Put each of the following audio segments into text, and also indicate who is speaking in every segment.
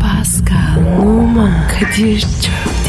Speaker 1: Pascal, Oman, Kadir çok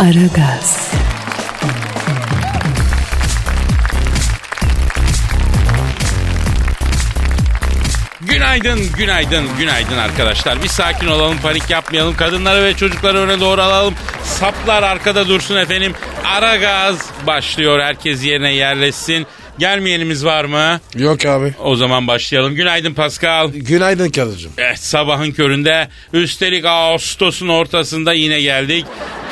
Speaker 1: Aragaz,
Speaker 2: Günaydın, günaydın, günaydın arkadaşlar. Bir sakin olalım, panik yapmayalım. Kadınları ve çocukları öne doğru alalım. Saplar arkada dursun efendim. Ara gaz başlıyor. Herkes yerine yerleşsin. Gelmeyenimiz var mı?
Speaker 3: Yok abi.
Speaker 2: O zaman başlayalım. Günaydın Pascal.
Speaker 3: Günaydın karıcığım.
Speaker 2: Eh, sabahın köründe üstelik Ağustos'un ortasında yine geldik.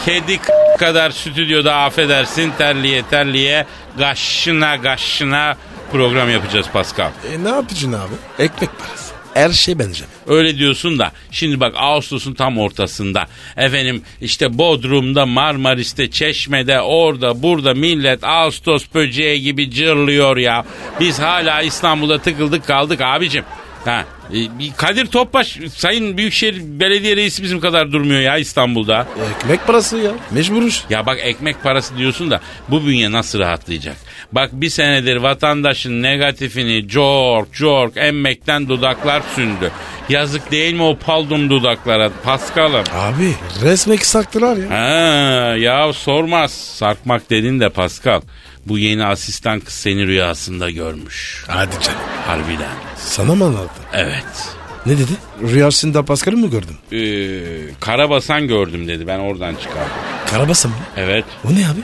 Speaker 2: Kedi k- kadar stüdyoda affedersin terliye terliye gaşına gaşına program yapacağız Pascal.
Speaker 3: E ne yapacaksın abi? Ekmek parası. Her şey benzer.
Speaker 2: Öyle diyorsun da şimdi bak Ağustos'un tam ortasında. Efendim işte Bodrum'da, Marmaris'te, Çeşme'de, orada, burada millet Ağustos böceği gibi cırlıyor ya. Biz hala İstanbul'da tıkıldık kaldık abicim. Ha, e, bir Kadir Topbaş Sayın Büyükşehir Belediye Reisi bizim kadar durmuyor ya İstanbul'da.
Speaker 3: E, Ekmek parası ya. Mecburuz.
Speaker 2: Ya bak ekmek parası diyorsun da bu bünye nasıl rahatlayacak? Bak bir senedir vatandaşın negatifini cork cork emmekten dudaklar sündü. Yazık değil mi o paldum dudaklara Paskal'ım?
Speaker 3: Abi resmek saktılar ya.
Speaker 2: Ha, ya sormaz. Sarkmak dedin de Paskal. Bu yeni asistan kız seni rüyasında görmüş.
Speaker 3: Hadi canım.
Speaker 2: Harbiden.
Speaker 3: Sana mı anlattı?
Speaker 2: Evet.
Speaker 3: Ne dedi? Rüyasında Paskal'ı mı gördün?
Speaker 2: Ee, Karabasan gördüm dedi. Ben oradan çıkardım.
Speaker 3: Karabasa mı?
Speaker 2: Evet.
Speaker 3: O ne abi?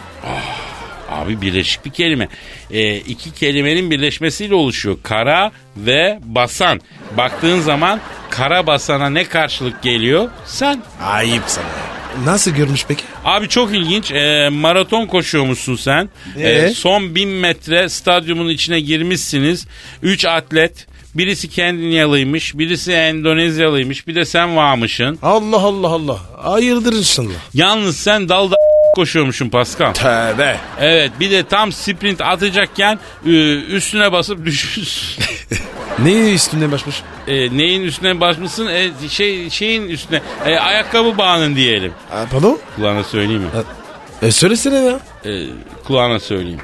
Speaker 2: Abi birleşik bir kelime. Ee, iki kelimenin birleşmesiyle oluşuyor. Kara ve basan. Baktığın zaman kara basana ne karşılık geliyor? Sen.
Speaker 3: Ayıp sana. Nasıl görmüş peki?
Speaker 2: Abi çok ilginç. Ee, maraton koşuyormuşsun sen. Ee,
Speaker 3: Ee?
Speaker 2: son bin metre stadyumun içine girmişsiniz. Üç atlet. Birisi Kendinyalıymış, birisi Endonezyalıymış, bir de sen varmışsın.
Speaker 3: Allah Allah Allah. Hayırdır inşallah.
Speaker 2: Yalnız sen dalda koşuyormuşsun Pascal.
Speaker 3: Tövbe.
Speaker 2: Evet bir de tam sprint atacakken ü- üstüne basıp düşmüşsün.
Speaker 3: Neyi üstünden başmış?
Speaker 2: E, neyin üstüne basmışsın? E, şey şeyin üstüne. E, ayakkabı bağının diyelim.
Speaker 3: Ha, pardon?
Speaker 2: Kulağına söyleyeyim mi?
Speaker 3: E söylesene ya.
Speaker 2: E, kulağına söyleyeyim.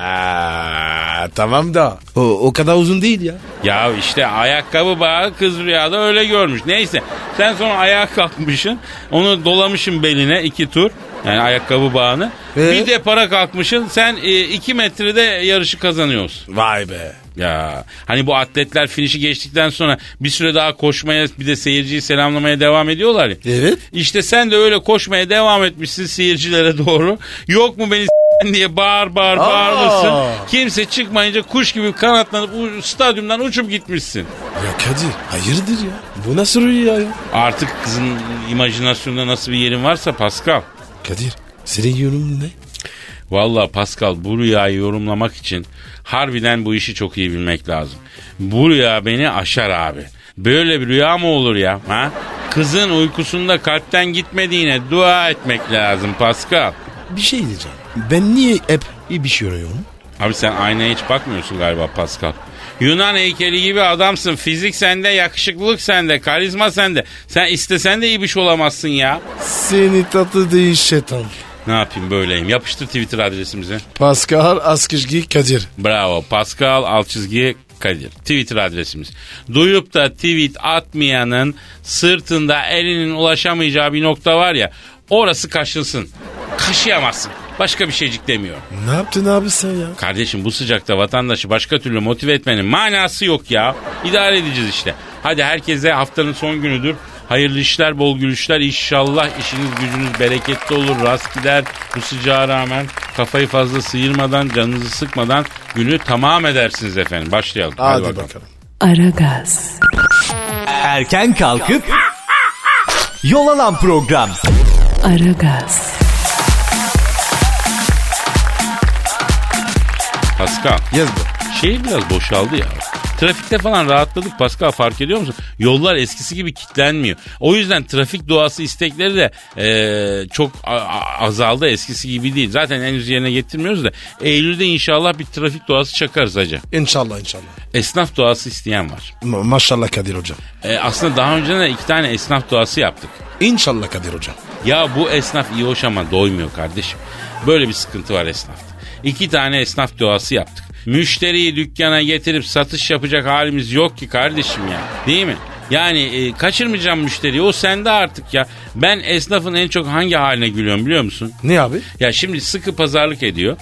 Speaker 3: Aa, tamam da o, o kadar uzun değil ya.
Speaker 2: Ya işte ayakkabı bağı kız rüyada öyle görmüş. Neyse sen sonra ayağa kalkmışsın. Onu dolamışsın beline iki tur. Yani ayakkabı bağını.
Speaker 3: Ee?
Speaker 2: Bir de para kalkmışsın. Sen e, iki metrede yarışı kazanıyorsun.
Speaker 3: Vay be.
Speaker 2: Ya hani bu atletler finişi geçtikten sonra bir süre daha koşmaya bir de seyirciyi selamlamaya devam ediyorlar ya.
Speaker 3: Evet.
Speaker 2: İşte sen de öyle koşmaya devam etmişsin seyircilere doğru. Yok mu beni s- diye bağır bağır
Speaker 3: Aa.
Speaker 2: bağırmışsın. Kimse çıkmayınca kuş gibi kanatlanıp u- stadyumdan uçup gitmişsin.
Speaker 3: Ya Kadir hayırdır ya? Bu nasıl rüya ya?
Speaker 2: Artık kızın imajinasyonunda nasıl bir yerin varsa Pascal.
Speaker 3: Kadir senin yorumun ne?
Speaker 2: Valla Pascal bu rüyayı yorumlamak için harbiden bu işi çok iyi bilmek lazım. Bu rüya beni aşar abi. Böyle bir rüya mı olur ya? Ha? Kızın uykusunda kalpten gitmediğine dua etmek lazım Pascal.
Speaker 3: Bir şey diyeceğim. Ben niye hep iyi bir şey arıyorum?
Speaker 2: Abi sen aynaya hiç bakmıyorsun galiba Pascal. Yunan heykeli gibi adamsın. Fizik sende, yakışıklılık sende, karizma sende. Sen istesen de iyi bir şey olamazsın ya.
Speaker 3: Seni tatlı değil şeytan.
Speaker 2: Ne yapayım böyleyim. Yapıştır Twitter adresimize.
Speaker 3: Pascal Askışgi Kadir.
Speaker 2: Bravo. Pascal alt çizgi Kadir. Twitter adresimiz. Duyup da tweet atmayanın sırtında elinin ulaşamayacağı bir nokta var ya orası kaşınsın. Kaşıyamazsın. Başka bir şeycik demiyorum.
Speaker 3: Ne yaptın abi sen ya?
Speaker 2: Kardeşim bu sıcakta vatandaşı başka türlü motive etmenin manası yok ya. İdare edeceğiz işte. Hadi herkese haftanın son günüdür. Hayırlı işler, bol gülüşler. İnşallah işiniz gücünüz bereketli olur, rast gider. Bu sıcağa rağmen kafayı fazla sıyırmadan, canınızı sıkmadan günü tamam edersiniz efendim. Başlayalım.
Speaker 3: Hadi, bakalım.
Speaker 1: Aragaz,
Speaker 4: Erken kalkıp yol alan program.
Speaker 1: Aragaz,
Speaker 2: Pascal,
Speaker 3: Yaz bu.
Speaker 2: şehir biraz boşaldı ya. Trafikte falan rahatladık Pascal fark ediyor musun? Yollar eskisi gibi kilitlenmiyor. O yüzden trafik doğası istekleri de e, çok a- a- azaldı eskisi gibi değil. Zaten henüz yerine getirmiyoruz da Eylül'de inşallah bir trafik doğası çakarız hacı.
Speaker 3: İnşallah inşallah.
Speaker 2: Esnaf doğası isteyen var.
Speaker 3: Ma- maşallah Kadir hocam.
Speaker 2: E, aslında daha önce de iki tane esnaf doğası yaptık.
Speaker 3: İnşallah Kadir hocam.
Speaker 2: Ya bu esnaf iyi hoş ama doymuyor kardeşim. Böyle bir sıkıntı var esnafta. İki tane esnaf doğası yaptık. Müşteriyi dükkana getirip satış yapacak halimiz yok ki kardeşim ya. Değil mi? Yani e, kaçırmayacağım müşteriyi o sende artık ya. Ben esnafın en çok hangi haline gülüyorum biliyor musun?
Speaker 3: Ne abi?
Speaker 2: Ya şimdi sıkı pazarlık ediyor.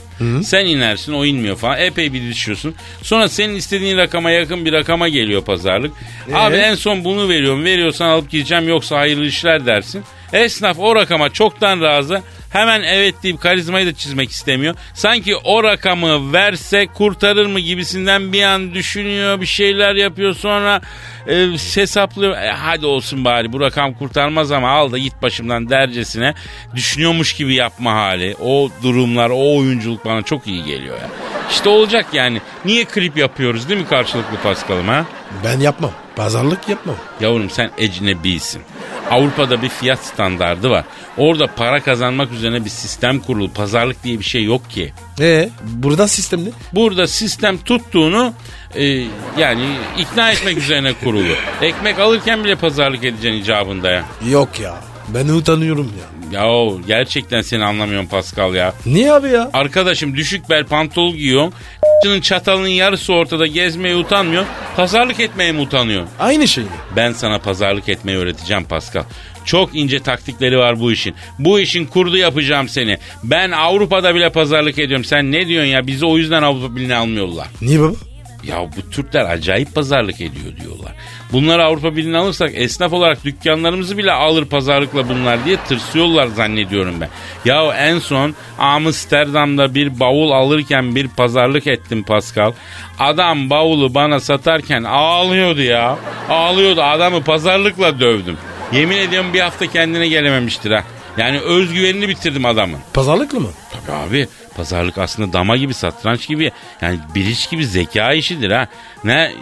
Speaker 2: Sen inersin o inmiyor falan. Epey bir düşüyorsun. Sonra senin istediğin rakama yakın bir rakama geliyor pazarlık. Abi en son bunu veriyorum. Veriyorsan alıp gideceğim yoksa hayırlı işler dersin. Esnaf o rakama çoktan razı. Hemen evet deyip karizmayı da çizmek istemiyor. Sanki o rakamı verse kurtarır mı gibisinden bir an düşünüyor bir şeyler yapıyor sonra e, hesaplıyor. E, hadi olsun bari bu rakam kurtarmaz ama al da git başımdan dercesine düşünüyormuş gibi yapma hali. O durumlar o oyunculuk bana çok iyi geliyor ya. İşte olacak yani. Niye klip yapıyoruz değil mi karşılıklı Paskal'ım ha?
Speaker 3: Ben yapmam. Pazarlık yapmam.
Speaker 2: Yavrum sen ecnebisin. Avrupa'da bir fiyat standardı var. Orada para kazanmak üzerine bir sistem kurulu. Pazarlık diye bir şey yok ki.
Speaker 3: Ee burada sistem ne?
Speaker 2: Burada sistem tuttuğunu e, yani ikna etmek üzerine kurulu. Ekmek alırken bile pazarlık edeceksin icabında ya.
Speaker 3: Yok ya. Ben utanıyorum ya.
Speaker 2: Yahu gerçekten seni anlamıyorum Pascal ya.
Speaker 3: Niye abi ya?
Speaker 2: Arkadaşım düşük bel pantol giyiyorsun. çatalının yarısı ortada gezmeye utanmıyor. Pazarlık etmeye mi utanıyor?
Speaker 3: Aynı şey mi?
Speaker 2: Ben sana pazarlık etmeyi öğreteceğim Pascal. Çok ince taktikleri var bu işin. Bu işin kurdu yapacağım seni. Ben Avrupa'da bile pazarlık ediyorum. Sen ne diyorsun ya? Bizi o yüzden Avrupa Birliği'ne almıyorlar.
Speaker 3: Niye baba?
Speaker 2: Ya bu Türkler acayip pazarlık ediyor diyorlar. Bunları Avrupa Birliği'ne alırsak esnaf olarak dükkanlarımızı bile alır pazarlıkla bunlar diye tırsıyorlar zannediyorum ben. Ya en son Amsterdam'da bir bavul alırken bir pazarlık ettim Pascal. Adam bavulu bana satarken ağlıyordu ya. Ağlıyordu adamı pazarlıkla dövdüm. Yemin ediyorum bir hafta kendine gelememiştir ha. Yani özgüvenini bitirdim adamın.
Speaker 3: Pazarlıklı mı?
Speaker 2: Tabii abi pazarlık aslında dama gibi satranç gibi yani biliş gibi zeka işidir ha. Ne,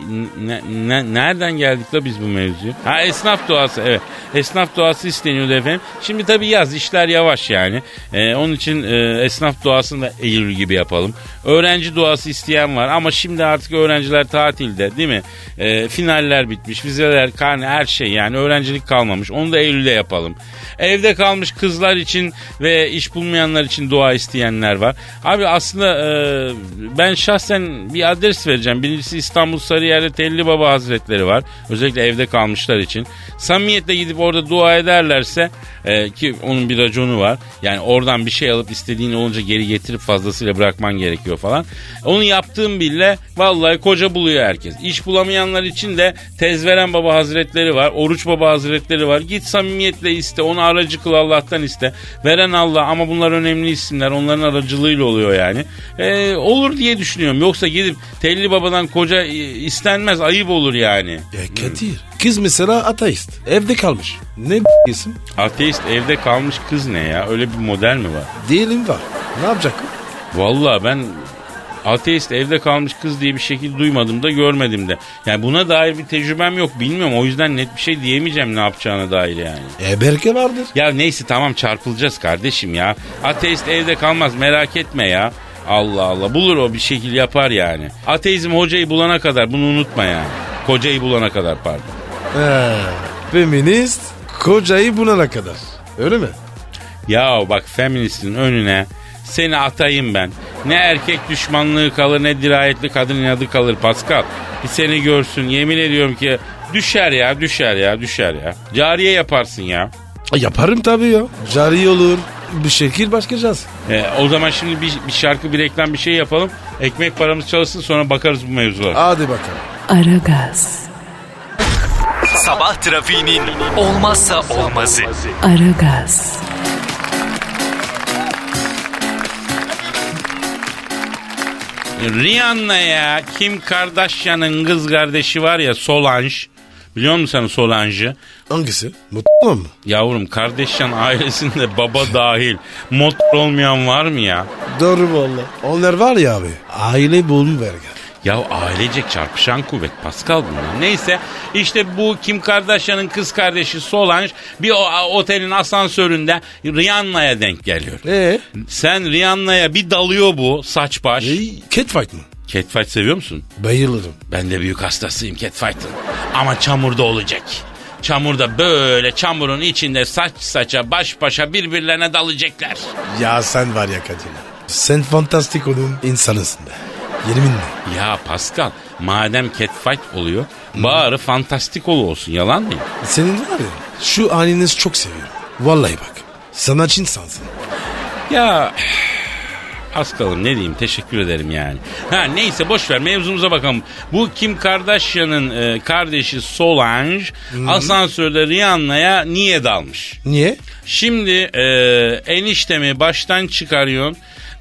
Speaker 2: ne, ne- nereden geldik la biz bu mevzuya? Ha esnaf doğası evet. Esnaf doğası isteniyordu efendim. Şimdi tabii yaz işler yavaş yani. Ee, onun için e, esnaf doğasını da Eylül gibi yapalım. Öğrenci doğası isteyen var ama şimdi artık öğrenciler tatilde değil mi? Ee, finaller bitmiş, vizeler, karne her şey yani öğrencilik kalmamış. Onu da Eylül'de yapalım. Evde kalmış kızlar için ve iş bulmayanlar için dua isteyenler var. Abi aslında e, ben şahsen bir adres vereceğim. Birincisi İstanbul Sarıyer'de Telli Baba Hazretleri var. Özellikle evde kalmışlar için. Samimiyetle gidip orada dua ederlerse e, ki onun bir raconu var. Yani oradan bir şey alıp istediğin olunca geri getirip fazlasıyla bırakman gerekiyor falan. Onu yaptığım bile vallahi koca buluyor herkes. İş bulamayanlar için de Tezveren Baba Hazretleri var. Oruç Baba Hazretleri var. Git samimiyetle iste. Onu aracı kıl Allah'tan iste. Veren Allah ama bunlar önemli isimler. Onların aracılığıyla oluyor yani. E, olur diye düşünüyorum. Yoksa gidip Telli Baba'dan koca e, istenmez. Ayıp olur yani.
Speaker 3: Ya Kadir. Hmm. Kız mesela ateist. Evde kalmış. Ne isim?
Speaker 2: Ateist evde kalmış kız ne ya? Öyle bir model mi var?
Speaker 3: Diyelim var. Ne yapacak?
Speaker 2: Vallahi ben ateist evde kalmış kız diye bir şekil duymadım da görmedim de. Yani buna dair bir tecrübem yok bilmiyorum. O yüzden net bir şey diyemeyeceğim ne yapacağına dair yani.
Speaker 3: E belki vardır.
Speaker 2: Ya neyse tamam çarpılacağız kardeşim ya. Ateist evde kalmaz merak etme ya. Allah Allah bulur o bir şekil yapar yani. Ateizm hocayı bulana kadar bunu unutma yani. Kocayı bulana kadar pardon.
Speaker 3: Ee, feminist kocayı bulana kadar. Öyle mi?
Speaker 2: Ya bak feministin önüne seni atayım ben. Ne erkek düşmanlığı kalır ne dirayetli kadın inadı kalır Pascal. Bir seni görsün yemin ediyorum ki düşer ya düşer ya düşer ya. Cariye yaparsın ya.
Speaker 3: E, Yaparım tabii ya. Cari olur. Bir şekil başkacağız.
Speaker 2: Ee, o zaman şimdi bir, bir şarkı bir reklam bir şey yapalım. Ekmek paramız çalışsın sonra bakarız bu mevzulara.
Speaker 3: Hadi bakalım.
Speaker 1: Aragaz,
Speaker 4: Sabah trafiğinin olmazsa olmazı.
Speaker 1: Aragaz,
Speaker 2: Rihanna ya Kim Kardashian'ın kız kardeşi var ya Solange. Biliyor musun sen Solange'ı?
Speaker 3: Hangisi? Mutlu mu?
Speaker 2: Yavrum kardeşcan ailesinde baba dahil motor olmayan var mı ya?
Speaker 3: Doğru valla. Onlar var ya abi. Aile bulunberger.
Speaker 2: Ya ailecek çarpışan kuvvet Pascal bunlar. Neyse işte bu Kim Kardashian'ın kız kardeşi Solange bir o- otelin asansöründe Rihanna'ya denk geliyor.
Speaker 3: Eee?
Speaker 2: Sen Rihanna'ya bir dalıyor bu saç baş.
Speaker 3: Catfight mı?
Speaker 2: Catfight seviyor musun?
Speaker 3: Bayılırım.
Speaker 2: Ben de büyük hastasıyım Catfight'ın. Ama çamurda olacak. Çamurda böyle çamurun içinde saç saça baş başa birbirlerine dalacaklar.
Speaker 3: Ya sen var ya Kadir. Sen fantastik onun insanısın be. Yeminle.
Speaker 2: Ya Pascal madem Catfight oluyor bari fantastikolu olsun yalan mı?
Speaker 3: Senin var ya şu haliniz çok seviyorum. Vallahi bak. Sanatçı insansın.
Speaker 2: Ya Pascal'ım ne diyeyim teşekkür ederim yani. Ha neyse boş ver mevzumuza bakalım. Bu Kim Kardashian'ın e, kardeşi Solange asansörde Rihanna'ya niye dalmış?
Speaker 3: Niye?
Speaker 2: Şimdi e, eniştemi baştan çıkarıyorsun.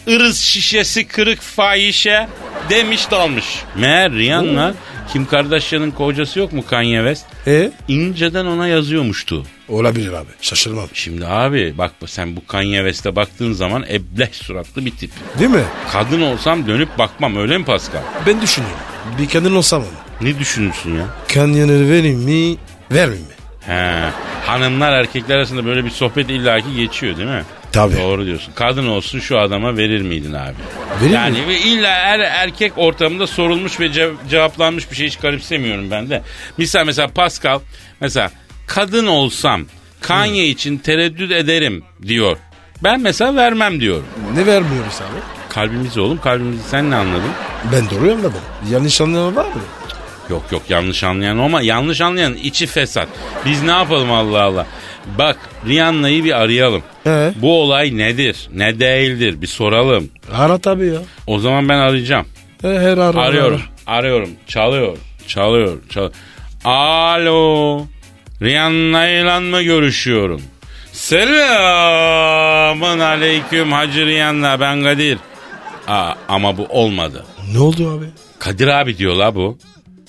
Speaker 2: Irız şişesi kırık fahişe demiş dalmış. Meğer Rihanna Kim Kardashian'ın kocası yok mu Kanye West?
Speaker 3: E?
Speaker 2: İnceden ona yazıyormuştu.
Speaker 3: Olabilir abi. Şaşırmam.
Speaker 2: Şimdi abi bak sen bu Kanye West'e baktığın zaman ebleh suratlı bir tip.
Speaker 3: Değil mi?
Speaker 2: Kadın olsam dönüp bakmam öyle mi Pascal?
Speaker 3: Ben düşünüyorum. Bir kadın olsam onu.
Speaker 2: Ne düşünürsün ya?
Speaker 3: Kanyanır vereyim mi? Vermeyeyim mi?
Speaker 2: He, hanımlar erkekler arasında böyle bir sohbet illaki geçiyor değil mi?
Speaker 3: Tabii.
Speaker 2: Doğru diyorsun. Kadın olsun şu adama verir miydin abi?
Speaker 3: Verir
Speaker 2: yani
Speaker 3: miyim?
Speaker 2: ve illa er, erkek ortamında sorulmuş ve ce- cevaplanmış bir şey hiç garipsemiyorum ben de. Misal mesela Pascal mesela kadın olsam Kanye
Speaker 3: Hmm.
Speaker 2: için tereddüt ederim diyor. Ben mesela vermem diyorum.
Speaker 3: Ne vermiyoruz abi?
Speaker 2: Kalbimizi oğlum kalbimizi sen ne anladın?
Speaker 3: Ben doğru anladım. Yanlış anlama var mı?
Speaker 2: Yok yok yanlış anlayan ama yanlış anlayan içi fesat. Biz ne yapalım Allah Allah. Bak Rihanna'yı bir arayalım.
Speaker 3: He.
Speaker 2: Bu olay nedir? Ne değildir? Bir soralım.
Speaker 3: Ara tabii ya.
Speaker 2: O zaman ben arayacağım.
Speaker 3: Her, her ara.
Speaker 2: Arıyorum. Arıyorum. Çalıyor. Çalıyor. Çalıyor. Alo. Rihanna ile mi görüşüyorum? Selamın aleyküm Hacı Rihanna ben Kadir. Aa, ama bu olmadı.
Speaker 3: Ne oldu abi?
Speaker 2: Kadir abi diyor la bu.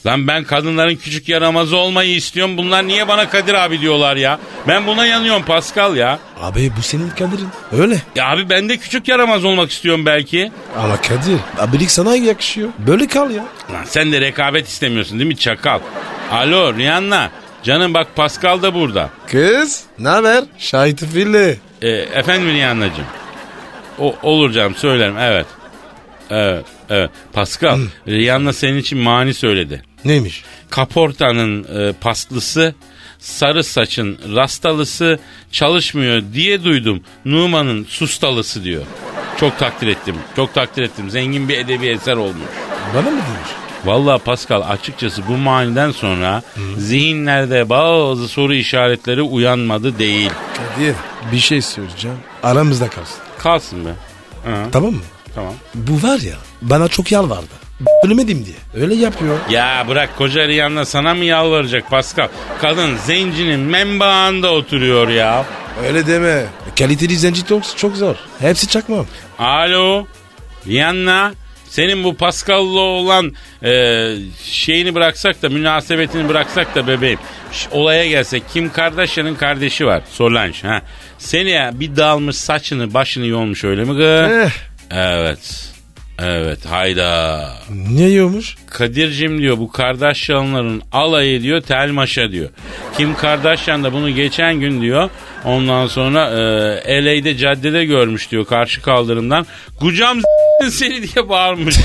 Speaker 2: Lan ben kadınların küçük yaramazı olmayı istiyorum. Bunlar niye bana Kadir abi diyorlar ya? Ben buna yanıyorum Pascal ya.
Speaker 3: Abi bu senin Kadir'in. Öyle.
Speaker 2: Ya abi ben de küçük yaramaz olmak istiyorum belki.
Speaker 3: Ama Kadir. Abilik sana yakışıyor. Böyle kal ya.
Speaker 2: Lan sen de rekabet istemiyorsun değil mi çakal? Alo Rihanna. Canım bak Pascal da burada.
Speaker 3: Kız. Ne haber? Şahit Fili.
Speaker 2: Ee, efendim Rihanna'cığım. O, olur canım söylerim evet. Evet, evet. Pascal, Rihanna senin için mani söyledi.
Speaker 3: Neymiş?
Speaker 2: kaportanın e, paslısı, sarı saçın rastalısı çalışmıyor diye duydum. Numan'ın sustalısı diyor. Çok takdir ettim. Çok takdir ettim. Zengin bir edebi eser olmuş.
Speaker 3: Bana mı demiş?
Speaker 2: Vallahi Pascal açıkçası bu maniden sonra zihinlerde bazı soru işaretleri uyanmadı değil.
Speaker 3: Kadir. Bir şey söyleyeceğim. Aramızda kalsın.
Speaker 2: Kalsın be. Ha,
Speaker 3: Tamam mı?
Speaker 2: tamam.
Speaker 3: Bu var ya bana çok yalvardı. Ölmedim diye. Öyle yapıyor.
Speaker 2: Ya bırak koca Rihanna sana mı yalvaracak Pascal? Kadın zencinin menbaında oturuyor ya.
Speaker 3: Öyle deme. Kaliteli zenci çok, çok zor. Hepsi çakmam.
Speaker 2: Alo. Rihanna. Senin bu Pascal'la olan e, şeyini bıraksak da münasebetini bıraksak da bebeğim. Ş- olaya gelsek Kim Kardashian'ın kardeşi var Solange. Ha. Seni ya bir dalmış saçını başını yolmuş öyle mi kız?
Speaker 3: Eh.
Speaker 2: Evet. Evet hayda.
Speaker 3: Niye yiyormuş?
Speaker 2: Kadir'cim diyor bu Kardashian'ların alayı diyor Telmaş'a diyor. Kim Kardashian da bunu geçen gün diyor ondan sonra e, LA'de caddede görmüş diyor karşı kaldırımdan. Kucam s- seni diye bağırmış.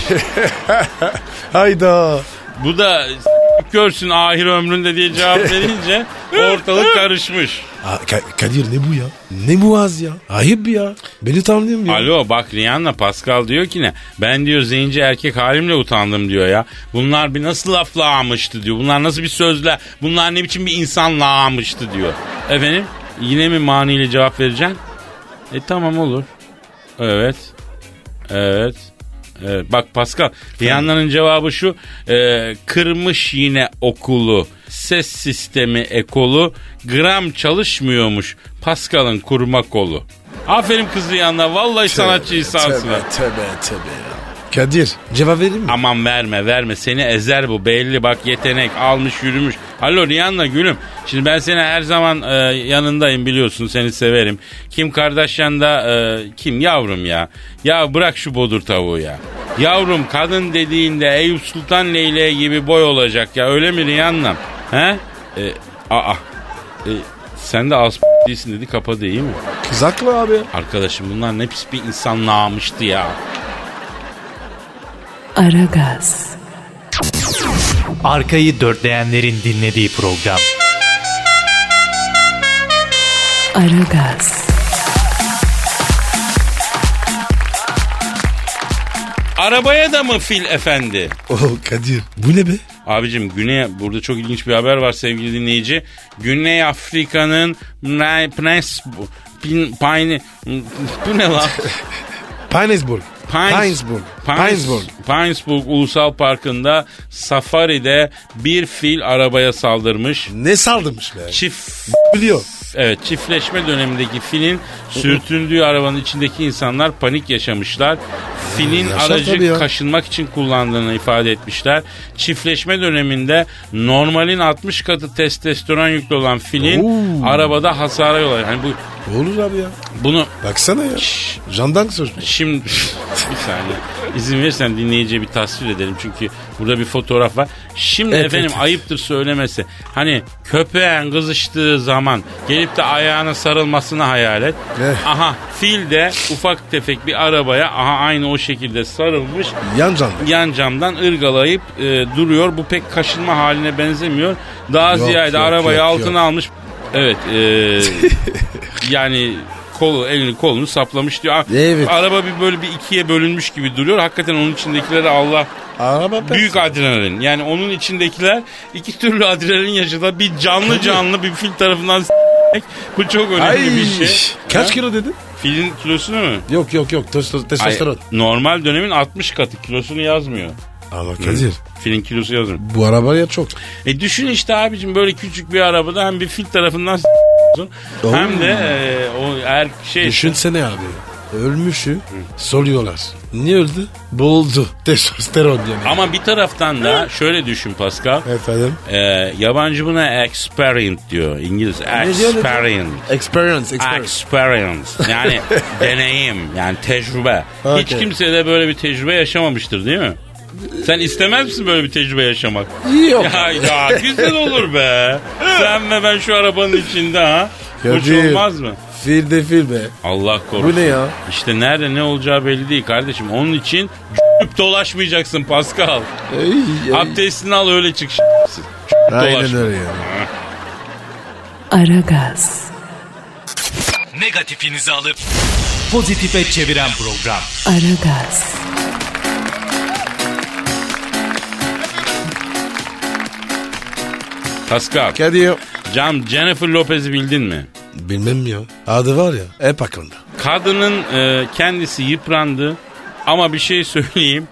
Speaker 3: Hayda.
Speaker 2: bu da s- görsün ahir ömründe diye cevap verince ortalık karışmış.
Speaker 3: Aa, Ka- Kadir ne bu ya? Ne bu az ya? Ayıp ya. Beni tanımlıyor ya.
Speaker 2: Alo bak Rihanna Pascal diyor ki ne? Ben diyor zenci erkek halimle utandım diyor ya. Bunlar bir nasıl laflamıştı diyor. Bunlar nasıl bir sözle, bunlar ne biçim bir insanlamıştı diyor. Efendim yine mi maniyle cevap vereceksin? E tamam olur. Evet. Evet. Evet. Bak Pascal Rihanna'nın cevabı şu e, kırmış yine okulu ses sistemi ekolu gram çalışmıyormuş Pascal'ın kurma kolu. Aferin kız Rihanna vallahi sanatçı insansın. ha.
Speaker 3: Tövbe tövbe tövbe ya. Kadir cevap verir mi?
Speaker 2: Aman verme verme seni ezer bu belli bak yetenek almış yürümüş. Alo Rihanna gülüm şimdi ben seni her zaman e, yanındayım biliyorsun seni severim. Kim Kardashian da e, kim yavrum ya ya bırak şu bodur tavuğu ya. Yavrum kadın dediğinde Eyüp Sultan Leyleği gibi boy olacak ya öyle mi Riyan'la? He? E, aa. E, sen de az değilsin dedi kapadı iyi mi?
Speaker 3: Kız haklı abi.
Speaker 2: Arkadaşım bunlar ne pis bir insan namıştı ya.
Speaker 1: Aragaz,
Speaker 4: Arkayı dörtleyenlerin dinlediği program.
Speaker 1: Aragaz,
Speaker 2: Arabaya da mı fil efendi?
Speaker 3: Oh Kadir bu ne be?
Speaker 2: Abicim Güney burada çok ilginç bir haber var sevgili dinleyici. Güney Afrika'nın Mre- Pres Pin- Pine bu ne lan?
Speaker 3: Pinesburg.
Speaker 2: Pines-
Speaker 3: Pinesburg.
Speaker 2: Pines-
Speaker 3: Pinesburg.
Speaker 2: Pinesburg Ulusal Parkı'nda safaride bir fil arabaya saldırmış.
Speaker 3: Ne saldırmış be?
Speaker 2: Çift
Speaker 3: Biliyor.
Speaker 2: Evet çiftleşme dönemindeki filin sürtündüğü arabanın içindeki insanlar panik yaşamışlar. Filin
Speaker 3: yaşar tabii
Speaker 2: aracı
Speaker 3: ya.
Speaker 2: kaşınmak için kullandığını ifade etmişler. Çiftleşme döneminde normalin 60 katı testosteron yüklü olan filin
Speaker 3: Oo.
Speaker 2: arabada hasara yol açıyor. Hani bu
Speaker 3: Olur abi ya.
Speaker 2: bunu
Speaker 3: Baksana ya.
Speaker 2: Şşş.
Speaker 3: Jandark sözmüş.
Speaker 2: Şimdi bir saniye. İzin verirsen dinleyiciye bir tasvir edelim. Çünkü burada bir fotoğraf var. Şimdi
Speaker 3: Evet,
Speaker 2: efendim
Speaker 3: evet, evet.
Speaker 2: ayıptır söylemesi. Hani köpeğin kızıştığı zaman gelip de ayağına sarılmasını hayal et.
Speaker 3: Eh.
Speaker 2: Aha fil de ufak tefek bir arabaya aha aynı o şekilde sarılmış.
Speaker 3: Yan jandark.
Speaker 2: Yan camdan ırgalayıp e, duruyor. Bu pek kaşınma haline benzemiyor. Daha
Speaker 3: Yok,
Speaker 2: ziyade
Speaker 3: yok,
Speaker 2: arabayı
Speaker 3: yok,
Speaker 2: altına
Speaker 3: yok.
Speaker 2: almış. Evet. e, yani kolu elini kolunu saplamış diyor. A-
Speaker 3: Evet.
Speaker 2: Araba bir böyle bir ikiye bölünmüş gibi duruyor. Hakikaten onun içindekileri Allah
Speaker 3: Araba be.
Speaker 2: büyük adrenalin. Yani onun içindekiler iki türlü adrenalin yaşadılar. Bir canlı canlı bir fil tarafından s**mek. Bu çok
Speaker 3: Ay.
Speaker 2: önemli bir şey.
Speaker 3: Kaç
Speaker 2: Ha?
Speaker 3: kilo dedin?
Speaker 2: Filin kilosunu mu?
Speaker 3: Yok yok yok. Testo-
Speaker 2: Ay,
Speaker 3: Testosteron.
Speaker 2: normal dönemin 60 katı kilosunu yazmıyor.
Speaker 3: Ama Kadir.
Speaker 2: Filin kilosu yazmıyor.
Speaker 3: Bu arabaya çok.
Speaker 2: E düşün işte abicim böyle küçük bir arabada hem bir fil tarafından s- hem de e, o er şey
Speaker 3: Düşünsene abi. Ölmüşü soruyorlar. Niye öldü? Boğuldu. Testosteron yani.
Speaker 2: ama bir taraftan da şöyle düşün Pascal.
Speaker 3: Efendim?
Speaker 2: E, yabancı buna experience diyor. İngiliz
Speaker 3: diyor, ne diyor?
Speaker 2: experience.
Speaker 3: Experience. experience.
Speaker 2: Experience. Yani deneyim. Yani tecrübe. Hiç
Speaker 3: Okay.
Speaker 2: kimse de böyle bir tecrübe yaşamamıştır değil mi? Sen istemez misin böyle bir tecrübe yaşamak?
Speaker 3: Yok.
Speaker 2: Ya, ya güzel olur be. Sen ve ben şu arabanın içinde ha. Hoş
Speaker 3: Kadir.
Speaker 2: olmaz mı?
Speaker 3: Fil de fil be.
Speaker 2: Allah korusun.
Speaker 3: Bu ne ya?
Speaker 2: İşte nerede ne olacağı belli değil kardeşim. Onun için dolaşmayacaksın Pascal.
Speaker 3: Ey, ey.
Speaker 2: Abdestini al öyle çık.
Speaker 3: Aynen
Speaker 2: dolaşma.
Speaker 3: öyle yani.
Speaker 1: Aragaz,
Speaker 4: Negatifinizi alıp pozitife çeviren program.
Speaker 1: Aragaz,
Speaker 2: Pascal.
Speaker 3: Kadir.
Speaker 2: Cam Jennifer Lopez'i bildin mi?
Speaker 3: Bilmem ya. Adı var ya. Hep aklımda.
Speaker 2: Kadının e, kendisi yıprandı ama bir şey söyleyeyim.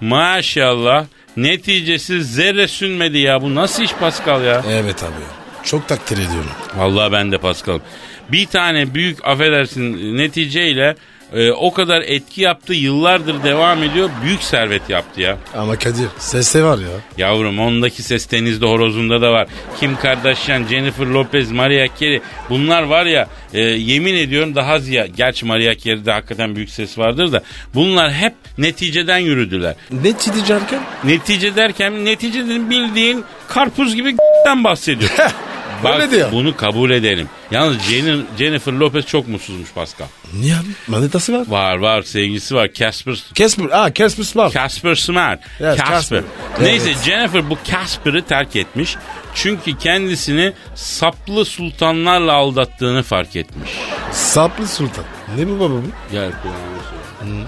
Speaker 2: Maşallah neticesi zerre sünmedi ya. Bu nasıl iş Pascal ya?
Speaker 3: Evet abi. Çok takdir ediyorum.
Speaker 2: Vallahi ben de Pascal. Bir tane büyük affedersin neticeyle e, o kadar etki yaptı yıllardır devam ediyor büyük servet yaptı ya.
Speaker 3: Ama Kadir seste var ya.
Speaker 2: Yavrum ondaki ses denizde horozunda da var. Kim Kardashian, Jennifer Lopez, Maria Carey bunlar var ya e, yemin ediyorum daha ziya. Gerçi Maria Carey'de hakikaten büyük ses vardır da bunlar hep neticeden yürüdüler.
Speaker 3: Ne çidici erken?
Speaker 2: Netice derken neticeden bildiğin karpuz gibi g***den bahsediyor. Bak
Speaker 3: Öyle diyor.
Speaker 2: bunu kabul edelim. Yalnız Jenny- Jennifer Lopez çok mutsuzmuş Pascal.
Speaker 3: Niye abi? Manetası var.
Speaker 2: Var var sevgilisi var Casper
Speaker 3: Casper. Aa Casper var.
Speaker 2: Casper Smart.
Speaker 3: Evet,
Speaker 2: Casper.
Speaker 3: Casper.
Speaker 2: Neyse
Speaker 3: Evet.
Speaker 2: Jennifer bu Casper'ı terk etmiş. Çünkü kendisini saplı sultanlarla aldattığını fark etmiş.
Speaker 3: Saplı Sultan. Ne bu baba bu?
Speaker 2: Gel kulağına söyle.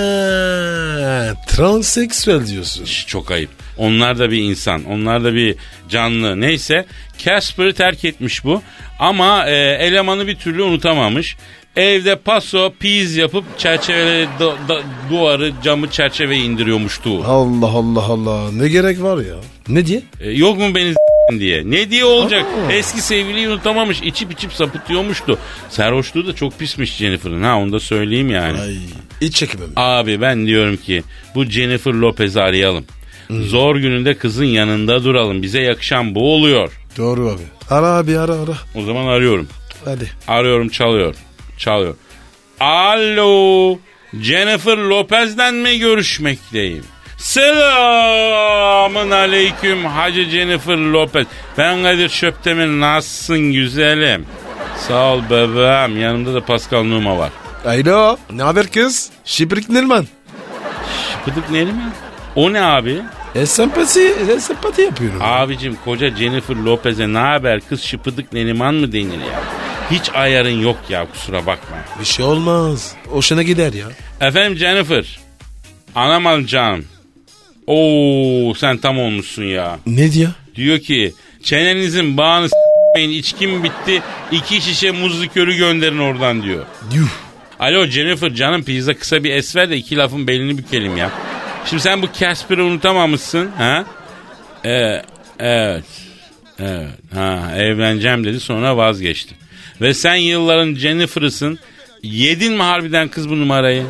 Speaker 3: Aa, transseksüel diyorsun.
Speaker 2: Ş- Çok ayıp. Onlar da bir insan. Onlar da bir canlı. Neyse Casper'ı terk etmiş bu. Ama e, elemanı bir türlü unutamamış. Evde paso, piz yapıp çerçeveleri, du- da- duvarı, camı çerçeveye indiriyormuştu.
Speaker 3: Allah Allah Allah. Ne gerek var ya? Ne diye?
Speaker 2: E, yok mu beni s- diye. Ne diye olacak?
Speaker 3: Aa.
Speaker 2: Eski sevgiliyi unutamamış. içip içip sapıtıyormuştu. Serhoşluğu da çok pismiş Jennifer'ın. Ha onu da söyleyeyim yani.
Speaker 3: Ay. İç çekimi mi?
Speaker 2: Abi ben diyorum ki bu Jennifer Lopez'i arayalım. Zor gününde kızın yanında duralım. Bize yakışan bu oluyor.
Speaker 3: Doğru abi. Ara abi ara ara.
Speaker 2: O zaman arıyorum.
Speaker 3: Hadi.
Speaker 2: Arıyorum çalıyor. Çalıyor. Alo. Jennifer Lopez'den mi görüşmekteyim? Selamın aleyküm Hacı Jennifer Lopez. Ben Kadir Şöptemir nasılsın güzelim? Sağ ol bebeğim. Yanımda da Pascal Numa var.
Speaker 3: Alo. Ne haber kız? Şibrik Nilman.
Speaker 2: Şıpıdık ne mi? O ne abi?
Speaker 3: E sempati, e, sempati yapıyorum.
Speaker 2: Abicim koca Jennifer Lopez'e ne haber kız şıpıdık neliman mı denir ya? Hiç ayarın yok ya kusura bakma.
Speaker 3: Bir şey olmaz. Hoşuna gider ya.
Speaker 2: Efendim Jennifer. Anam al canım. Oo sen tam olmuşsun ya.
Speaker 3: Ne diyor?
Speaker 2: Diyor ki çenenizin bağını s**meyin içkim bitti. iki şişe muzlu körü gönderin oradan diyor.
Speaker 3: Yuh.
Speaker 2: Alo Jennifer canım pizza kısa bir es ver de iki lafın belini bükelim ya. Şimdi sen bu Casper'ı unutamamışsın ha? Ee, evet. Evet. Ha, evleneceğim dedi sonra vazgeçti. Ve sen yılların Jennifer'ısın. Yedin mi harbiden kız bu numarayı?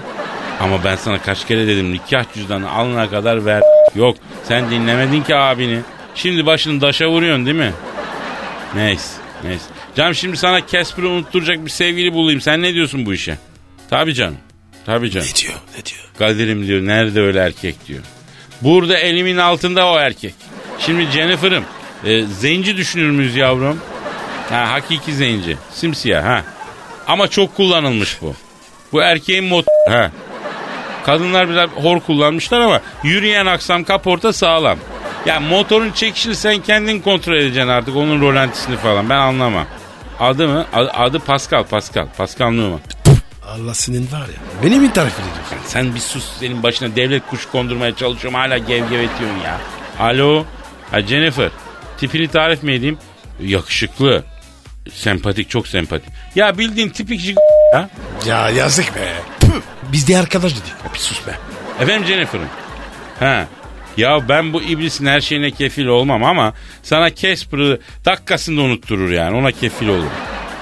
Speaker 2: Ama ben sana kaç kere dedim nikah cüzdanı alına kadar ver. Yok sen dinlemedin ki abini. Şimdi başını daşa vuruyorsun değil mi? Neyse neyse. Canım şimdi sana Casper'ı unutturacak bir sevgili bulayım. Sen ne diyorsun bu işe? Tabii canım. Tabii canım.
Speaker 3: Ne diyor? Ne diyor?
Speaker 2: Kadir'im diyor nerede öyle erkek diyor. Burada elimin altında o erkek. Şimdi Jennifer'ım e, zenci düşünür müyüz yavrum? Ha hakiki zenci. Simsiyah ha. Ama çok kullanılmış bu. Bu erkeğin mot ha. Kadınlar biraz hor kullanmışlar ama yürüyen aksam kaporta sağlam. Ya motorun çekişini sen kendin kontrol edeceksin artık onun rolantisini falan ben anlamam. Adı mı? Adı, adı Pascal Pascal. Pascal Numa.
Speaker 3: Allah senin var ya. Beni mi tarif ediyorsun?
Speaker 2: Sen bir sus senin başına devlet kuşu kondurmaya çalışıyorum hala gevgevetiyorsun ya. Alo. Ha Jennifer. Tipini tarif mi edeyim? Yakışıklı. Sempatik çok sempatik. Ya bildiğin tipik jig- ya.
Speaker 3: Ya yazık be. Püh. Biz de arkadaş dedik.
Speaker 2: Bir sus be. Efendim Jennifer'ım. Ha. Ya ben bu iblisin her şeyine kefil olmam ama sana Casper'ı dakikasında unutturur yani. Ona kefil olur.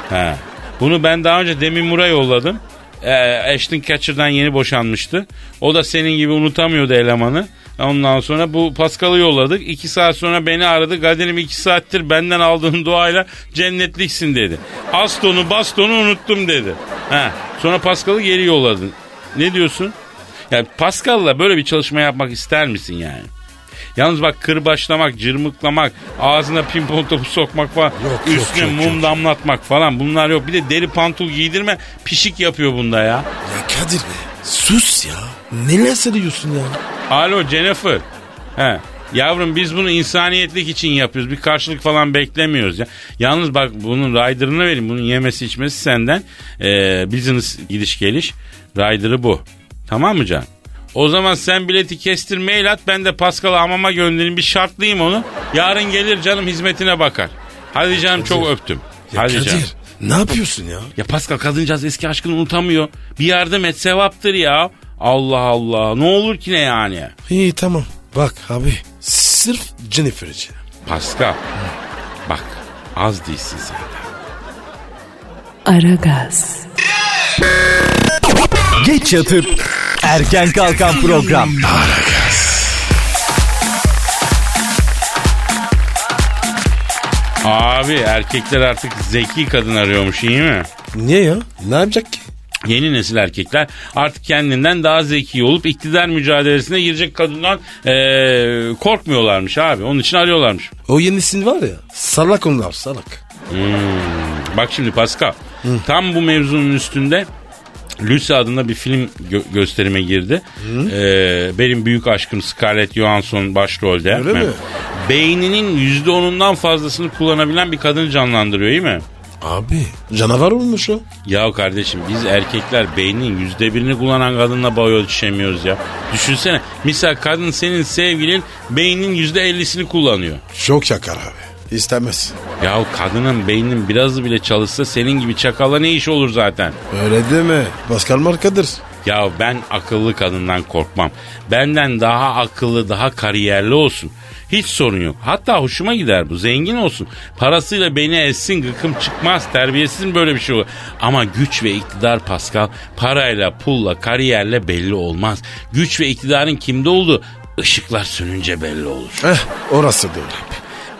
Speaker 2: Ha. Bunu ben daha önce Demi Mura yolladım. Ee, Ashton Catcher'dan yeni boşanmıştı. O da senin gibi unutamıyordu elemanı. Ondan sonra bu Pascal'ı yolladık. İki saat sonra beni aradı. Kadir'im iki saattir benden aldığın duayla cennetliksin dedi. Aston'u bastonu unuttum dedi. Ha. Sonra Pascal'ı geri yolladın. Ne diyorsun? Ya Pascal'la böyle bir çalışma yapmak ister misin yani? Yalnız bak kırbaçlamak, cırmıklamak, ağzına pimpon topu sokmak falan,
Speaker 3: yok,
Speaker 2: üstüne
Speaker 3: yok,
Speaker 2: mum
Speaker 3: yok.
Speaker 2: damlatmak falan bunlar yok. Bir de deri pantul giydirme pişik yapıyor bunda ya.
Speaker 3: Ya Kadir be. Sus ya. Neler söylüyorsun ya?
Speaker 2: Alo Jennifer. He. Yavrum biz bunu insaniyetlik için yapıyoruz. Bir karşılık falan beklemiyoruz ya. Yalnız bak bunun rider'ını vereyim. Bunun yemesi içmesi senden. Ee, business gidiş geliş. Rider'ı bu. Tamam mı can? O zaman sen bileti kestir mail at. Ben de Pascal'ı hamama göndereyim. Bir şartlayayım onu. Yarın gelir canım hizmetine bakar. Hadi canım çok öptüm.
Speaker 3: Ya
Speaker 2: Hadi canım.
Speaker 3: Kadir. Ne yapıyorsun ya?
Speaker 2: Ya Pascal kadıncağız eski aşkını unutamıyor. Bir yardım et sevaptır ya. Allah Allah. Ne olur ki ne yani?
Speaker 3: İyi tamam. Bak abi. Sırf Jennifer için.
Speaker 2: Pascal. Bak az değilsin sen.
Speaker 1: Aragaz,
Speaker 4: Geç yatıp erken kalkan program.
Speaker 2: Abi erkekler artık zeki kadın arıyormuş iyi mi?
Speaker 3: Niye ya? Ne yapacak ki?
Speaker 2: Yeni nesil erkekler artık kendinden daha zeki olup iktidar mücadelesine girecek kadından eee, korkmuyorlarmış abi. Onun için arıyorlarmış.
Speaker 3: O yenisin var ya. Salak onlar salak.
Speaker 2: Bak şimdi Pascal. Tam bu mevzunun üstünde Lucy adında bir film gö- gösterime girdi. Ee, benim büyük aşkım Scarlett Johansson başrolde.
Speaker 3: Öyle mi?
Speaker 2: Beyninin %10'undan fazlasını kullanabilen bir kadını canlandırıyor değil mi?
Speaker 3: Abi canavar olmuş o.
Speaker 2: Ya kardeşim biz erkekler beynin yüzde birini kullanan kadınla boy ölçüşemiyoruz ya. Düşünsene misal kadın senin sevgilin beynin yüzde ellisini kullanıyor.
Speaker 3: Çok yakar abi. İstemez.
Speaker 2: Ya kadının beyninin birazı bile çalışsa senin gibi çakala ne iş olur zaten.
Speaker 3: Öyle deme. Pascal markadır.
Speaker 2: Ya ben akıllı kadından korkmam. Benden daha akıllı, daha kariyerli olsun. Hiç sorun yok. Hatta hoşuma gider bu. Zengin olsun. Parasıyla beni essin, gıkım çıkmaz. Terbiyesiz mi böyle bir şey olur? Ama güç ve iktidar Pascal parayla, pulla, kariyerle belli olmaz. Güç ve iktidarın kimde olduğu ışıklar sönünce belli olur.
Speaker 3: Heh orası doğru.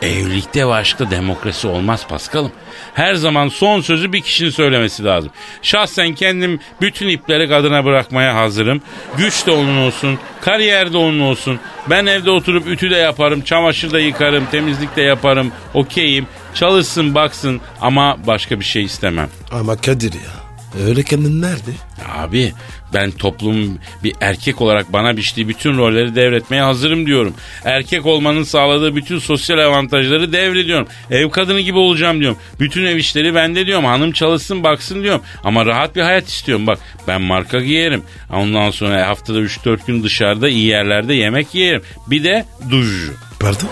Speaker 2: Evlilikte ve aşkta demokrasi olmaz Paskal'ım. Her zaman son sözü bir kişinin söylemesi lazım. Şahsen kendim bütün ipleri kadına bırakmaya hazırım. Güç de onun olsun, kariyer de onun olsun. Ben evde oturup ütü de yaparım, çamaşır da yıkarım, temizlik de yaparım. Okeyim. Çalışsın baksın ama başka bir şey istemem.
Speaker 3: Ama Kadir ya. Öyle kendin nerede?
Speaker 2: Abi ben toplum bir erkek olarak bana biçtiği bütün rolleri devretmeye hazırım diyorum. Erkek olmanın sağladığı bütün sosyal avantajları devrediyorum. Ev kadını gibi olacağım diyorum. Bütün ev işleri bende diyorum. Hanım çalışsın baksın diyorum. Ama rahat bir hayat istiyorum. Bak ben marka giyerim. Ondan sonra haftada 3-4 gün dışarıda iyi yerlerde yemek yerim. Bir de duş.
Speaker 3: Pardon?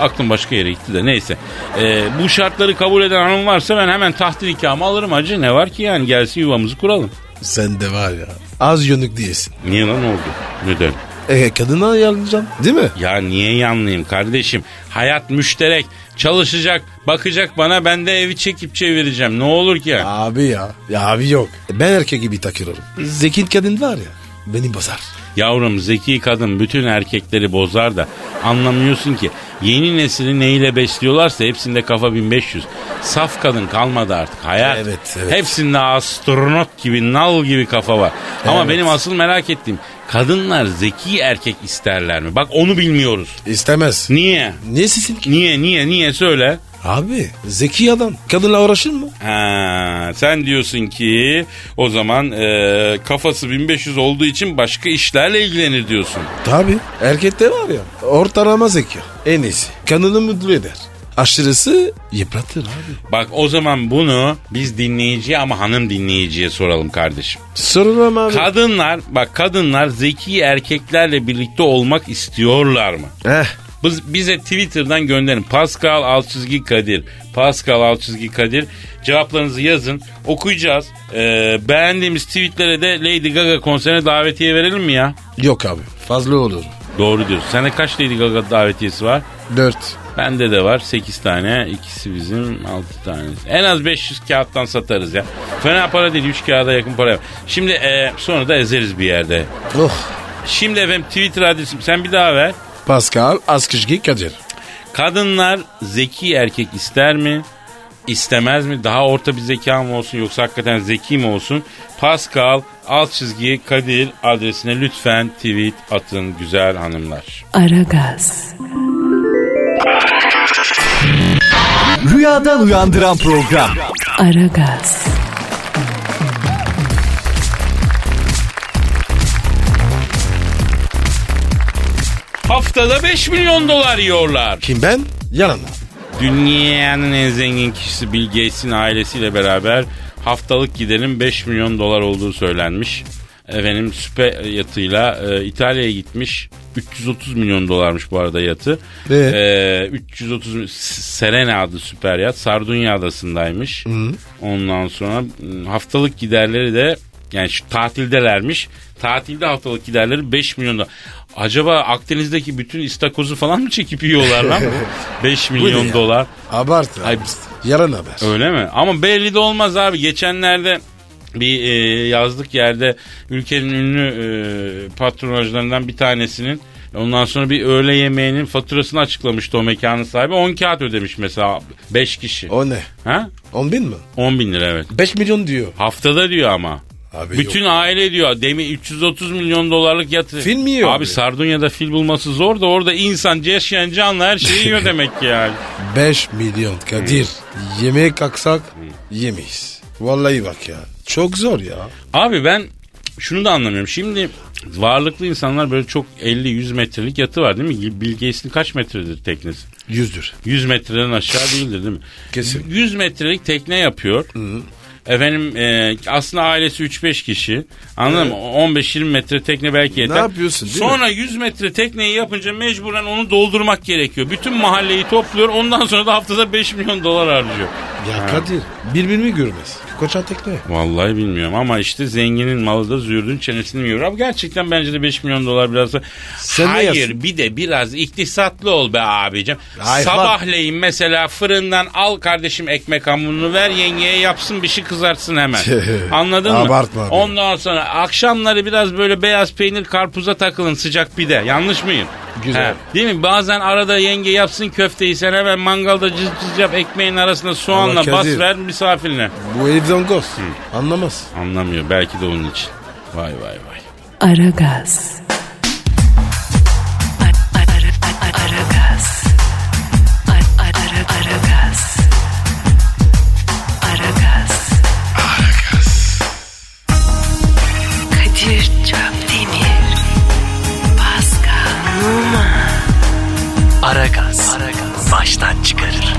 Speaker 2: Aklım başka yere gitti de neyse. Ee, bu şartları kabul eden hanım varsa ben hemen tahtil ikamı alırım acı. Ne var ki yani gelsin yuvamızı kuralım.
Speaker 3: Sen de var ya. Az yönük diyesin.
Speaker 2: Niye lan oldu? Neden?
Speaker 3: E kadına ayarlayacağım. Değil mi?
Speaker 2: Ya niye yanlıyım kardeşim? Hayat müşterek. Çalışacak, bakacak bana ben de evi çekip çevireceğim. Ne olur ki? Ya?
Speaker 3: Abi ya. Ya abi yok. E, Ben erkek gibi takılırım. Zekin kadın var ya. Beni bozar.
Speaker 2: Yavrum zeki kadın bütün erkekleri bozar da anlamıyorsun ki yeni nesili neyle besliyorlarsa hepsinde kafa 1500. Saf kadın kalmadı artık hayat.
Speaker 3: Evet, evet.
Speaker 2: Hepsinde astronot gibi nal gibi kafa var. Ama
Speaker 3: Evet.
Speaker 2: benim asıl merak ettiğim kadınlar zeki erkek isterler mi? Bak onu bilmiyoruz.
Speaker 3: İstemez.
Speaker 2: Niye?
Speaker 3: Nesisin ki?
Speaker 2: Niye niye niye söyle.
Speaker 3: Abi zeki adam. Kadınla uğraşır mı?
Speaker 2: Ha, sen diyorsun ki o zaman e, kafası 1500 olduğu için başka işlerle ilgilenir diyorsun.
Speaker 3: Tabi. Erkekte var ya. Ortalama zeki. En iyisi. Kadını mutlu eder. Aşırısı yıpratır abi.
Speaker 2: Bak o zaman bunu biz dinleyiciye ama hanım dinleyiciye soralım kardeşim.
Speaker 3: Sorun abi.
Speaker 2: Kadınlar bak kadınlar zeki erkeklerle birlikte olmak istiyorlar mı?
Speaker 3: Heh.
Speaker 2: Biz, bize Twitter'dan gönderin. Pascal alt çizgi Kadir. Pascal alt çizgi Kadir. Cevaplarınızı yazın. Okuyacağız. Ee, beğendiğimiz tweetlere de Lady Gaga konserine davetiye verelim mi ya?
Speaker 3: Yok abi. Fazla olur.
Speaker 2: Doğru diyorsun. Sende kaç Lady Gaga davetiyesi var?
Speaker 3: Dört.
Speaker 2: Bende de var 8 tane. ikisi bizim 6 tanesi. En az 500 kağıttan satarız ya. Fena para değil 3 kağıda yakın para. var. Şimdi e, sonra da ezeriz bir yerde.
Speaker 3: Oh.
Speaker 2: Şimdi efendim Twitter adresim sen bir daha ver.
Speaker 3: Pascal Askışki Kadir.
Speaker 2: Kadınlar zeki erkek ister mi? İstemez mi? Daha orta bir zeka mı olsun yoksa hakikaten zeki mi olsun? Pascal alt çizgi Kadir adresine lütfen tweet atın güzel hanımlar.
Speaker 1: Aragaz,
Speaker 4: Rüyadan uyandıran program.
Speaker 1: Aragaz,
Speaker 2: Haftada 5 milyon dolar yiyorlar.
Speaker 3: Kim ben? Yalan.
Speaker 2: Dünyanın en zengin kişisi Bill Gates'in ailesiyle beraber haftalık giderin 5 milyon dolar olduğu söylenmiş. Efendim süper yatıyla e, İtalya'ya gitmiş. 330 milyon dolarmış bu arada yatı.
Speaker 3: Ee?
Speaker 2: E, 330 mi- S- Serena adı süper yat. Sardunya adasındaymış. Ondan sonra m, haftalık giderleri de yani şu tatildelermiş. Tatilde haftalık giderleri 5 milyon dolar. Acaba Akdeniz'deki bütün istakozu falan mı çekip yiyorlar lan? 5 milyon
Speaker 3: ya?
Speaker 2: dolar.
Speaker 3: Abart.
Speaker 2: Ay,
Speaker 3: Ay, Yalan haber.
Speaker 2: Öyle mi? Ama belli de olmaz abi. Geçenlerde bir e, yazlık yerde ülkenin ünlü e, patronajlarından bir tanesinin ondan sonra bir öğle yemeğinin faturasını açıklamıştı o mekanın sahibi. 10 kağıt ödemiş mesela 5 kişi.
Speaker 3: O ne?
Speaker 2: Ha?
Speaker 3: 10 bin mi?
Speaker 2: 10 bin lira evet.
Speaker 3: 5 milyon diyor.
Speaker 2: Haftada diyor ama.
Speaker 3: Abi
Speaker 2: Bütün
Speaker 3: yok.
Speaker 2: aile diyor demi 330 milyon dolarlık yatırım.
Speaker 3: Fil mi yiyor
Speaker 2: Abi,
Speaker 3: abi?
Speaker 2: Sardunya'da fil bulması zor da orada insan yaşayan canlı her şeyi yiyor demek ki yani.
Speaker 3: 5 milyon Kadir.
Speaker 2: Hmm.
Speaker 3: Yemeğe kalksak yemeyiz. Vallahi bak ya. Çok zor ya.
Speaker 2: Abi ben şunu da anlamıyorum. Şimdi varlıklı insanlar böyle çok 50-100 metrelik yatı var değil mi? Bill Gates'in kaç metredir teknesi?
Speaker 3: Yüzdür.
Speaker 2: 100 metreden aşağı değildir değil mi?
Speaker 3: Kesin.
Speaker 2: 100 metrelik tekne yapıyor. Efendim e, aslında ailesi 3-5 kişi. Anladın mı? 15-20 metre tekne belki yeter.
Speaker 3: yapıyorsun, değil mi?
Speaker 2: Sonra 100 metre tekneyi yapınca mecburen onu doldurmak gerekiyor. Bütün mahalleyi topluyor. Ondan sonra da haftada 5 milyon dolar harcıyor.
Speaker 3: Ya Kadir birbirini görmez. Koçan tekne.
Speaker 2: Vallahi bilmiyorum ama işte zenginin malı da zürdün çenesini yiyor. Abi gerçekten bence de 5 milyon dolar biraz da...
Speaker 3: Sen ne
Speaker 2: Hayır
Speaker 3: yersin?
Speaker 2: bir de biraz iktisatlı ol be abicim.
Speaker 3: Hayır,
Speaker 2: Sabahleyin mesela fırından al kardeşim ekmek hamurunu ver yengeye yapsın bir şey kızarsın hemen. Anladın mı?
Speaker 3: Abartma abi.
Speaker 2: Ondan sonra akşamları biraz böyle beyaz peynir karpuza takılın sıcak bir de. Yanlış mıyım?
Speaker 3: Güzel.
Speaker 2: Değil mi? Bazen arada yenge yapsın köfteyi sen hemen mangalda cız cız yap ekmeğin arasına soğanla bas
Speaker 3: Kadir-
Speaker 2: ver misafirine.
Speaker 3: Bu ev zangoz.
Speaker 2: Hmm.
Speaker 3: Anlamaz.
Speaker 2: Anlamıyor. Belki de onun için. Vay vay vay.
Speaker 1: Aragaz. Ara- ara- ara- Aragaz. Ara- ara- Aragaz. Aragaz. Kadir Çöpdemir. Pascal Numa.
Speaker 5: Aragaz. Baştan çıkarır.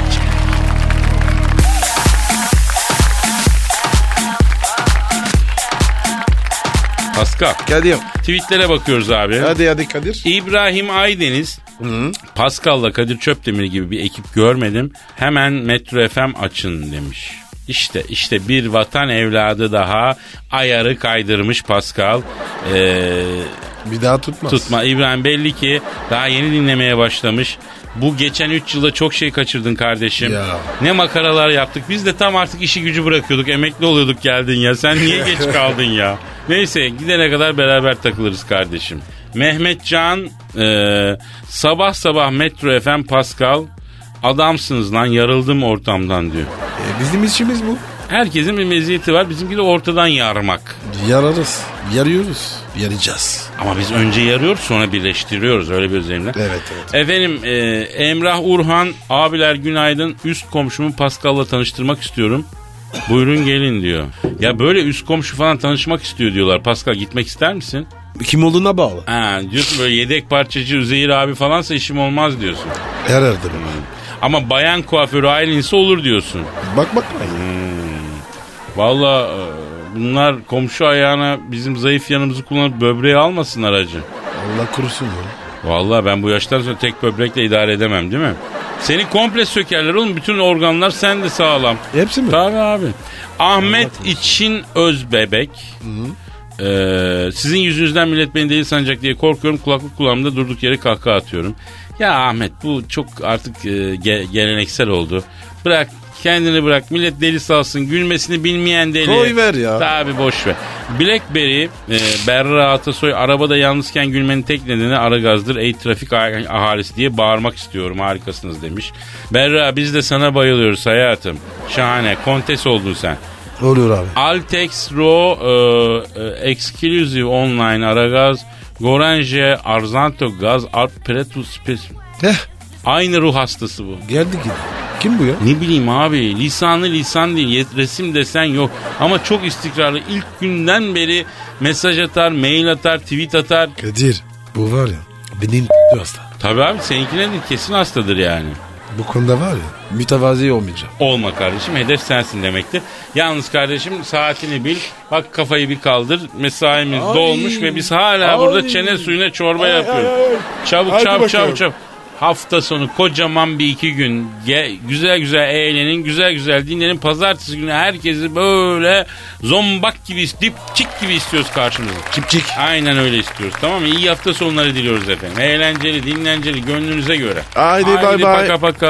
Speaker 2: Pascal.
Speaker 3: Kadir.
Speaker 2: Tweetlere bakıyoruz abi.
Speaker 3: Hadi hadi Kadir.
Speaker 2: İbrahim Aydeniz. Pascal'la Kadir Çöpdemir gibi bir ekip görmedim. Hemen Metro FM açın demiş. İşte işte bir vatan evladı daha ayarı kaydırmış Pascal. Ee,
Speaker 3: Bir daha tutmaz.
Speaker 2: Tutma İbrahim belli ki daha yeni dinlemeye başlamış. Bu geçen 3 yılda çok şey kaçırdın kardeşim.
Speaker 3: Ya.
Speaker 2: Ne makaralar yaptık. Biz de tam artık işi gücü bırakıyorduk. Emekli oluyorduk geldin ya. Sen niye geç kaldın ya? Neyse gidene kadar beraber takılırız kardeşim. Mehmet Can e, sabah sabah Metro FM Pascal adamsınız lan yarıldım ortamdan diyor.
Speaker 3: E, bizim işimiz bu.
Speaker 2: Herkesin bir meziyeti var. Bizimki de ortadan yarmak.
Speaker 3: Yararız. Yarıyoruz. Yarayacağız.
Speaker 2: Ama biz önce yarıyoruz sonra birleştiriyoruz öyle bir özelliğinden.
Speaker 3: Evet, evet.
Speaker 2: Efendim e, Emrah Urhan abiler günaydın üst komşumu Pascal'la tanıştırmak istiyorum. Buyurun gelin diyor. Ya böyle üst komşu falan tanışmak istiyor diyorlar. Pascal gitmek ister misin?
Speaker 3: Kim olduğuna bağlı.
Speaker 2: Ha, diyorsun böyle yedek parçacı Üzeyir abi falansa işim olmaz diyorsun.
Speaker 3: Yarardır.
Speaker 2: Ama bayan kuaförü Aylin'se olur diyorsun.
Speaker 3: Bak
Speaker 2: Hmm.
Speaker 3: bakmayın.
Speaker 2: Valla bunlar komşu ayağına bizim zayıf yanımızı kullanıp böbreği almasınlar acı.
Speaker 3: Allah korusun ya.
Speaker 2: Vallahi ben bu yaştan sonra tek böbrekle idare edemem değil mi? Seni komple sökerler oğlum. Bütün organlar sende sağlam.
Speaker 3: Hepsi mi?
Speaker 2: Tabii abi. Ahmet için öz bebek. Ee, sizin yüzünüzden millet beni değil sanacak diye korkuyorum. Kulaklık kulağımda durduk yere kahkaha atıyorum. Ya Ahmet bu çok artık e, ge- geleneksel oldu. Bırak kendini bırak. Millet deli salsın. Gülmesini bilmeyen deli.
Speaker 3: Koy ver ya.
Speaker 2: Tabi boş ver. Blackberry, e, Berra Atasoy arabada yalnızken gülmenin tek nedeni ara gazdır. Ey trafik ah- ahalisi diye bağırmak istiyorum harikasınız demiş. Berra biz de sana bayılıyoruz hayatım. Şahane kontes oldun sen.
Speaker 3: Olur abi.
Speaker 2: Altex Ro e, e, Exclusive Online Aragaz Goranje Arzanto Gaz Alp Pretus Spes-
Speaker 3: Heh
Speaker 2: Aynı ruh hastası bu.
Speaker 3: geldi gibi. Kim bu ya?
Speaker 2: Ne bileyim abi lisanı lisan değil yet- resim desen yok ama çok istikrarlı ilk günden beri mesaj atar mail atar tweet atar.
Speaker 3: Kadir bu var ya benim hasta.
Speaker 2: Tabii abi seninkine de kesin hastadır yani.
Speaker 3: Bu konuda var ya mütevazi olmayacağım.
Speaker 2: Olma kardeşim hedef sensin demektir. Yalnız kardeşim saatini bil bak kafayı bir kaldır mesaimiz
Speaker 3: Ay.
Speaker 2: dolmuş ve biz hala
Speaker 3: Ay.
Speaker 2: burada çene suyuna çorba
Speaker 3: Ay,
Speaker 2: yapıyoruz.
Speaker 3: ay, ay.
Speaker 2: Çabuk
Speaker 3: Haydi
Speaker 2: çabuk
Speaker 3: bakalım.
Speaker 2: çabuk çabuk. Hafta sonu kocaman bir iki gün Ge- güzel güzel eğlenin, güzel güzel dinlenin. Pazartesi günü herkesi böyle zombak gibi, dipçik gibi istiyoruz karşımıza.
Speaker 3: Çipçik.
Speaker 2: Aynen öyle istiyoruz tamam mı? İyi hafta sonları diliyoruz efendim. Eğlenceli, dinlenceli, gönlünüze göre.
Speaker 3: Haydi, bay bay.
Speaker 2: paka paka.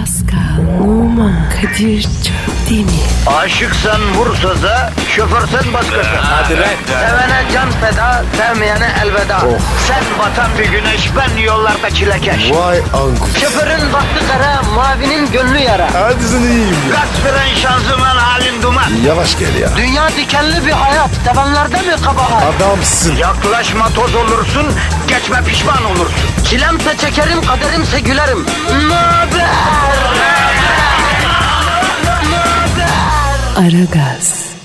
Speaker 1: Pascal Numa. Kadir Çöpdemir.
Speaker 5: Aşıksan vursa da, şoförsen başkasın. Hadi Sevene can feda, sevmeyene elveda. Sen batan bir güneş, ben yollarda çilekeş.
Speaker 3: Vay anku.
Speaker 5: Şoförün baktı kara, mavinin gönlü yara.
Speaker 3: Hadi sen iyiyim ya.
Speaker 5: Kasperen şanzıman halin duman.
Speaker 3: Yavaş gel ya.
Speaker 5: Dünya dikenli bir hayat, sevenlerde mi kabahar?
Speaker 3: Adamsın.
Speaker 5: Yaklaşma toz olursun, geçme pişman olursun. Çilemse çekerim, kaderimse gülerim. Möber!
Speaker 1: Aragaz.